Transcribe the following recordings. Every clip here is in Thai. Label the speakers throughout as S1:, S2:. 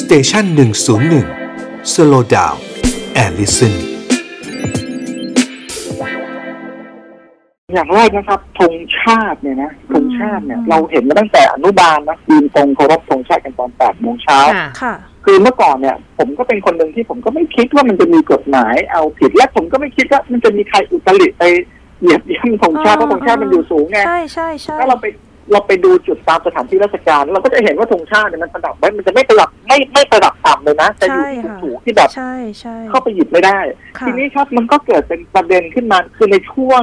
S1: สเตชันหนึ่งศูนย์หนึ่งสโลดาวแอลลิสัน
S2: อย่างแรกนะครับธงชาติเนี่ยนะธงชาติเนี่ยเราเห็นมาตั้งแต่อนุบาลนะยืนตรงเคารพธงชาติกันตอนแปดโมงเช้า
S3: ค่ะ
S4: ค่ะ
S2: คือเมื่อก่อนเนี่ย ผมก็เป็นคนหนึ่งที่ผมก็ไม่คิดว่ามันจะมีกฎหมายเอาผิดและผมก็ไม่คิดว่ามันจะมีใครอุตริไปเหยียบย่ำธงชาติเพราะธงชาติมันอยู่สูงไง
S4: ใช่ใช่ใช่
S2: ถ้าเราไปเราไปดูจุดตามสถานที่ราชการ เราก็จะเห็นว่าธงชาติเนี่ยมันประดับไว้มันจะไม่ประดับไม่ไม่ประดับต่ำเลยนะจะอยู่ที่สูงๆที่แบบ
S4: ใช่ใช่
S2: เข้าไปหยิบไม่ได้
S4: ค่ะ
S2: ทีนี้ครับมันก็เกิดเป็นประเด็นขึ้นมาคือในช่วง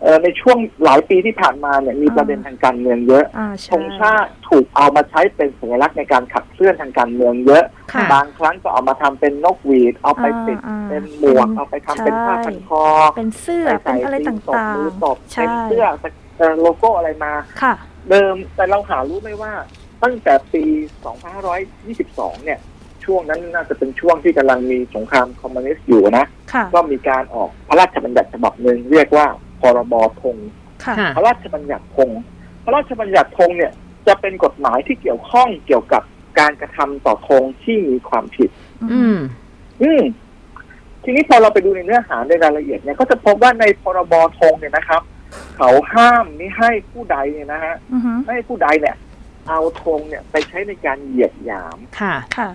S2: เอ่อในช่วงหลายปีที่ผ่านมาเนี่ยมีประเด็นทางการเมืองเยอะ
S4: อ่า
S2: ธ
S4: ใช่
S2: งชาติถูกเอามาใช้เป็นสัญลักษณ์ในการขับเคลื่อนทางการเมืองเยอะ
S3: ค่ะ
S2: บางครั้งก็เอามาทำเป็นนกหวีดเอาไป
S4: อ่า
S2: ติด
S4: อ่า
S2: เป็นหมวกเอาไปทำเป็นผ้าพันคอ
S4: เป็นเสื้อ
S2: ใส่
S4: เป็นอะไร
S2: ใส่
S4: ต
S2: ตีนศพ่
S4: าง
S2: มือศพ
S4: ๆ
S2: เป็
S4: ใช่
S2: นเสื้อเอ่อโลโก้อะไรมา
S4: ค่ะ
S2: เดิมแต่เราหารู้ไหมว่าตั้งแต่ปี 2522 เนี่ย ช่วงนั้นน่าจะเป็นช่วงที่กำลังมีสงครามคอมมิวนิสต์อยู่นะ
S4: ค่ะ
S2: ก็มีการออกพระราชบัญญัติฉบับหนึ่งเรียกว่าพรบธง
S4: ค่ะ
S3: ค่ะ
S2: พระราชบัญญัติธงพระราชบัญญัติธงเนี่ยจะเป็นกฎหมายที่เกี่ยวข้องเกี่ยวกับการกระทำต่อธงที่มีความผิด
S4: อื
S3: อื
S4: ม
S3: ม
S2: อืมทีนี้พอเราไปดูในเนื้อหาในรายละเอียดเนี่ยก็จะพบว่าในพรบธงเนี่ยนะครับ เขาห้ามไม่ให้ผู้ใดเนี่ยนะฮะ
S4: อือฮึ
S2: ไม่ให้ผู้ใดเนี่ย เอาธงเนี่ยไปใช้ในการเหยียดหยาม
S3: ค่ะ
S4: ค่ะ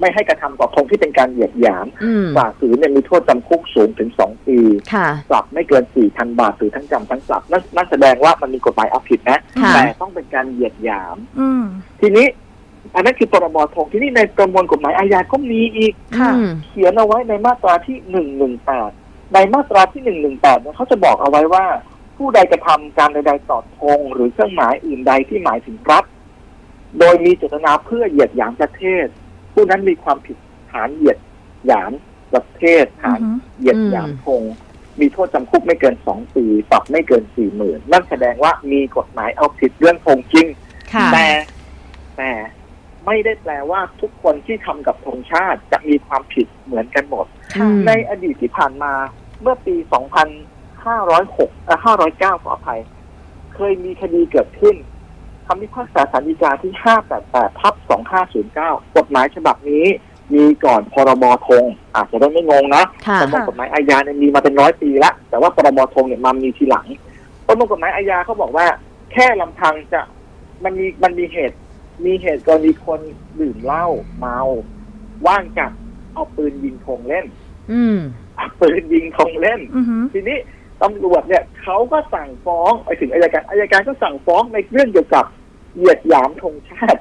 S2: ไม่ให้กระทำต่อธงที่เป็นการเหยียดหยาม
S3: อืม
S2: ฝ่าฝืนเนี่ยมีโทษจำคุกสูงถึงสองปี
S3: ค่ะ
S2: ปรับไม่เกิน 4,000 บาทหรือทั้งจำทั้งปรับนั่นนั่นแสดงว่ามันมีกฎหมายเอาผิดนะ
S3: ค่ะ
S2: แต่ต้องเป็นการเหยียดหยาม
S4: อืม
S2: ทีนี้ อันนั้นคือพรบธงทีนี้ในประมวลกฎหมายอาญาก็มีอีก
S4: ค่ะ
S3: อืม
S2: เขียนเอาไว้ในมาตราที่ 118 ในมาตราที่ 118เนี่ยเขาจะบอกเอาไว้ว่า ผู้ใดกระทำการใดๆต่อธงหรือเครื่องหมายอื่นใดที่หมายถึงรัฐ โดยมีเจตนาเพื่อเหยียดหยามประเทศ ผู้นั้นมีความผิดฐานเหยียดหยามประเทศฐาน
S4: อือฮึ
S2: เหยียดหยามธงมีโทษจำคุกไม่เกินสองปี ปรับไม่เกินสี่หมื่นนั่นแสดงว่ามีกฎหมายเอาผิดเรื่องธงจริง
S3: ค่ะ
S2: แต่แต่ไม่ได้แปลว่าทุกคนที่ทำกับธงชาติจะมีความผิดเหมือนกันหมด
S4: ค่ะ
S3: อืม
S2: ในอดีตที่ผ่านมาเมื่อปี 2506เอ่อ509 ขออภัย เคยมีคดีเกิดขึ้นคำพิพากษาศาลฎีกาที่ 588ทับ2509 กฎหมายฉบับนี้ มีก่อนพรบธงอาจจะได้ไม่งงนะ
S3: ค่ะ
S2: ประมวลกฎหมายอาญาเนี่ยมีมาเป็นร้อยปีละแต่ว่าปรมทงเนี่ยมามีทีหลังประมวลกฎหมายอาญาเขาบอกว่า แค่ลำพังจะมันมีมันมีเหตุ มีเหตุกรณีคนดื่มเหล้าเมาว่างจากเอาปืนยิงธงเล่น
S3: อืม
S2: เอาปืนยิงธงเล่น
S4: อือฮึ
S2: ทีนี้ตำรวจเนี่ยเขาก็สั่งฟ้องไปถึงอายการอายการก็สั่งฟ้องในเรื่องเกี่ยวกับเหยียดหยามธงชาติ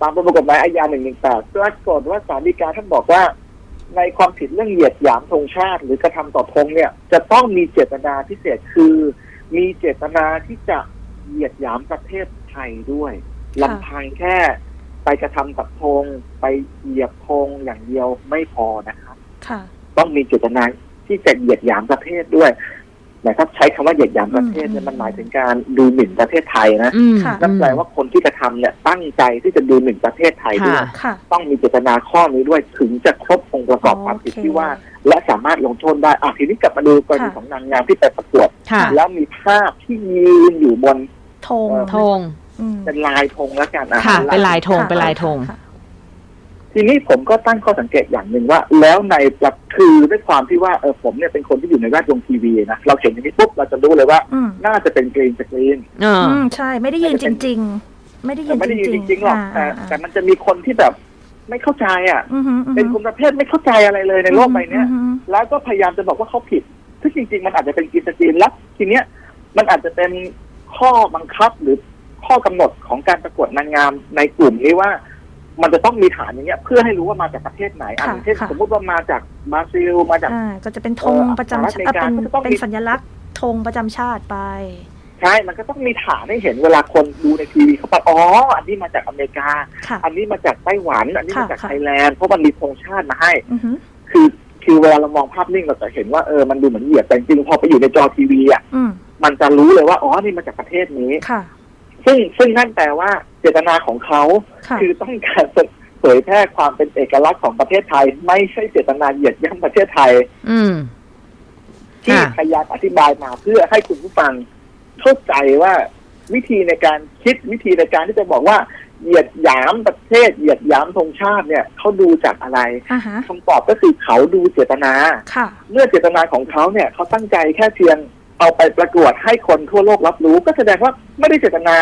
S2: ตามประมวลกฎหมายอาญาหนึ่งหนึ่งแปดปรากฏว่าศาลฎีกาท่านบอกว่า ในความผิดเรื่องเหยียดหยามธงชาติ หรือกระทำต่อธงเนี่ย จะต้องมีเจตนาพิเศษคือ มีเจตนาที่จะเหยียดหยามประเทศไทยด้วยลำพังแค่ ไปกระทำกับธงไปเหยียบธงอย่างเดียวไม่พอนะครับ
S4: ค่ะ
S2: ต้องมีเจตนาที่จะเหยียดหยามประเทศด้วยนะครับใช้คำว่าเหยียดหยามประเทศเนี่ย
S4: อืม
S2: มันหมายถึงการดูหมิ่นประเทศไทยนะ
S3: อืม
S4: ค่ะ
S2: นั่นแปลว่าคนที่กระทำเนี่ยตั้งใจที่จะดูหมิ่นประเทศไทยด้ว
S3: ค่ะ
S2: ย
S4: ค่ะ
S2: ต้องมีเจตนาข้อนี้ด้วยถึงจะครบองค์ประกอบความผิด
S4: โอเค
S2: ที่ว่า และสามารถลงโทษได้อ่ะทีนี้กลับมาดูกรณี
S4: ค่ะ
S2: ของนางงามที่ไปประกวด
S3: ค่ะ
S2: แล้วมีภาพที่ยืนอยู่บน
S4: ธง
S3: ธง
S4: อืม
S2: เป็นลายธงแล้วกันอ่ะ
S3: ค่ะ เป็นลายธง
S4: ค่ะ
S3: เป็นลายธง
S4: ค่ะ
S2: ทีนี้ผมก็ตั้งข้อสังเกตอย่างหนึ่งว่า แล้วในประคือด้วยความที่ว่าเออผมเนี่ยเป็นคนที่อยู่ในแวดวงทีวีนะเราเห็นอย่างนี้ปุ๊บเราจะรู้เลยว่า
S4: อืม
S2: น่าจะเป็นกรีนสกรีน
S3: เออ
S4: อืมใช่ไม่ได้ยืนจริง ๆ ไม่ได้ยื
S2: แต่
S4: น
S2: ไม่ได้ยืนจ
S4: จริ
S2: ริ
S4: ง
S2: ง
S4: ๆ
S2: ๆหรอกแต่
S4: าา
S2: แต่มันจะมีคนที่แบบไม่เข้าใจอ่ะ
S4: อือฮึอือฮึ
S2: เป็นคนประเภทไม่เข้าใจอะไรเลยในโลกใบเนี้ย
S4: อือฮึ
S2: แล้วก็พยายามจะบอกว่าเขาผิดซึ่งจริง ๆ มันอาจจะเป็นกรีนสกรีนแล้วทีเนี้ยมันอาจจะเป็นข้อบังคับหรือข้อกำหนดของการประกวดนางงามในกลุ่มนี้ว่า มันจะต้องมีฐานอย่างเงี้ย เพื่อให้รู้ว่ามาจากประเทศไหนอ่ะ
S4: ค่ะ
S2: อย่างเช่น
S4: ค่ะ
S2: สมมติว่ามาจากบราซิลมาจาก
S4: อ่าก็จะเป็นธง
S2: เอ่อ
S4: ประจำชาติ
S2: สหรัฐอเมริกา
S4: เป็น
S2: ก็จะต้องมี
S4: เป็นสัญลักษณ์ธงประจำชาติไป
S2: ใช่มันก็ต้องมีฐานให้เห็นเวลาคนดูในทีวีเขาไปอ๋ออันนี้มาจากอเมริกา
S4: ค่ะ
S2: อันนี้มาจากไต้หวัน อันนี้มาจาก
S4: ค่ะ
S2: ไทยแลนด์ เพราะมันมีธงชาติมาให้
S4: อือฮึ
S2: คือคือเวลาเรามองภาพนิ่งเราจะเห็นว่าเออ มันดูเหมือนเหยียด แต่จริงๆพอไปอยู่ในจอทีวีอ่ะ
S4: อืม
S2: มันจะรู้เลยว่า อ๋อ นี่มาจากประเทศนี้
S4: ค่ะ
S2: ซึ่งซึ่งนั่นแปลว่าเจตนาของเขา
S4: ค่ะ
S2: คือต้องการเผยแพร่ความเป็นเอกลักษณ์ของประเทศไทย ไม่ใช่เจตนาเหยียดย่ำประเทศไทย
S3: อืม
S2: ที่
S3: ค่ะ
S2: พยายามอธิบายมาเพื่อให้คุณผู้ฟังเข้าใจว่าวิธีในการคิดวิธีในการที่จะบอกว่า เหยียดหยามประเทศเหยียดหยามธงชาติเนี่ยเขาดูจากอะไร
S4: อ่าฮะ
S2: คำตอบก็คือเขาดูเจตนา
S4: ค่ะ
S2: เมื่อเจตนาของเขาเนี่ยเขาตั้งใจแค่เพียงเอาไปประกวดให้คนทั่วโลกรับรู้ ก็แสดงว่าไม่ได้เจตนา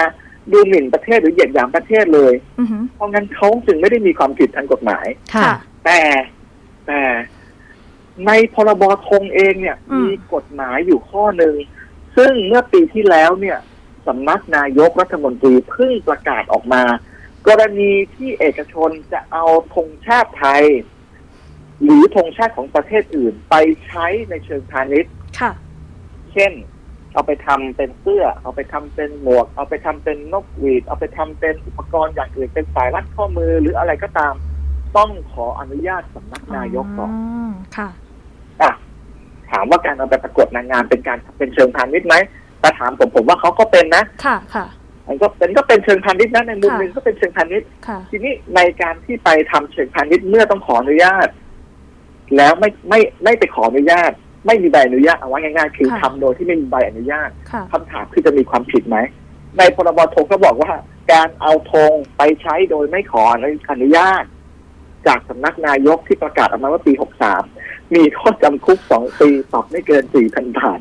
S2: ดูหมิ่นประเทศหรือเหยียดหยามประเทศเลย
S4: อือหือ
S2: เพราะงั้นเขาจึงไม่ได้มีความผิดทางกฎหมาย
S3: ค่ะ
S2: แต่แต่ในพรบธงเองเนี่ย มีกฎหมายอยู่ข้อหนึ่งซึ่งเมื่อปีที่แล้วเนี่ยสำนักนายกรัฐมนตรีเพิ่งประกาศออกมา กรณีที่เอกชนจะเอาธงชาติไทย หรือธงชาติของประเทศอื่นไปใช้ในเชิงพาณิชย์
S4: ค่ะ
S2: เช่น เอาไปทำเป็นเสื้อ เอาไปทำเป็นหมวก เอาไปทำเป็นนกหวีด เอาไปทำเป็นอุปกรณ์อย่างอื่น เป็นสายรัดข้อมือหรืออะไรก็ตาม ต้องขออนุญาตสำนักนายกก่อน
S4: มค่ะ
S2: อ่ะถามว่าการเอาไปประกวดนางงามเป็นการเป็นเชิงพาณิชย์ไหมถ้าถามผมผมว่าเขาก็เป็นนะ
S4: ค่ะ ค่ะ
S2: มันก็เป็นก็เป็นเชิงพาณิชย์นะในมุม
S4: ค่ะ
S2: หนึ่งก็เป็นเชิงพาณิชย์
S4: ค่ะ
S2: ทีนี้ในการที่ไปทำเชิงพาณิชย์เมื่อต้องขออนุญาต แล้วไม่ไม่ไม่ไปขออนุญาต ไม่มีใบอนุญาตเอาไว้ง่ายๆคือ
S4: ค่ะ
S2: ทำโดยที่ไม่มีใบอนุญาต
S4: ค่ะ
S2: คำถามคือจะมีความผิดไหม ในพรบธงก็บอกว่า การเอาธงไปใช้โดยไม่ขออนุญาต จากสำนักนายกที่ประกาศออกมาว่าปี 63 มีโทษจำคุก 2 ปีปรับไม่เกิน 4,000 บาท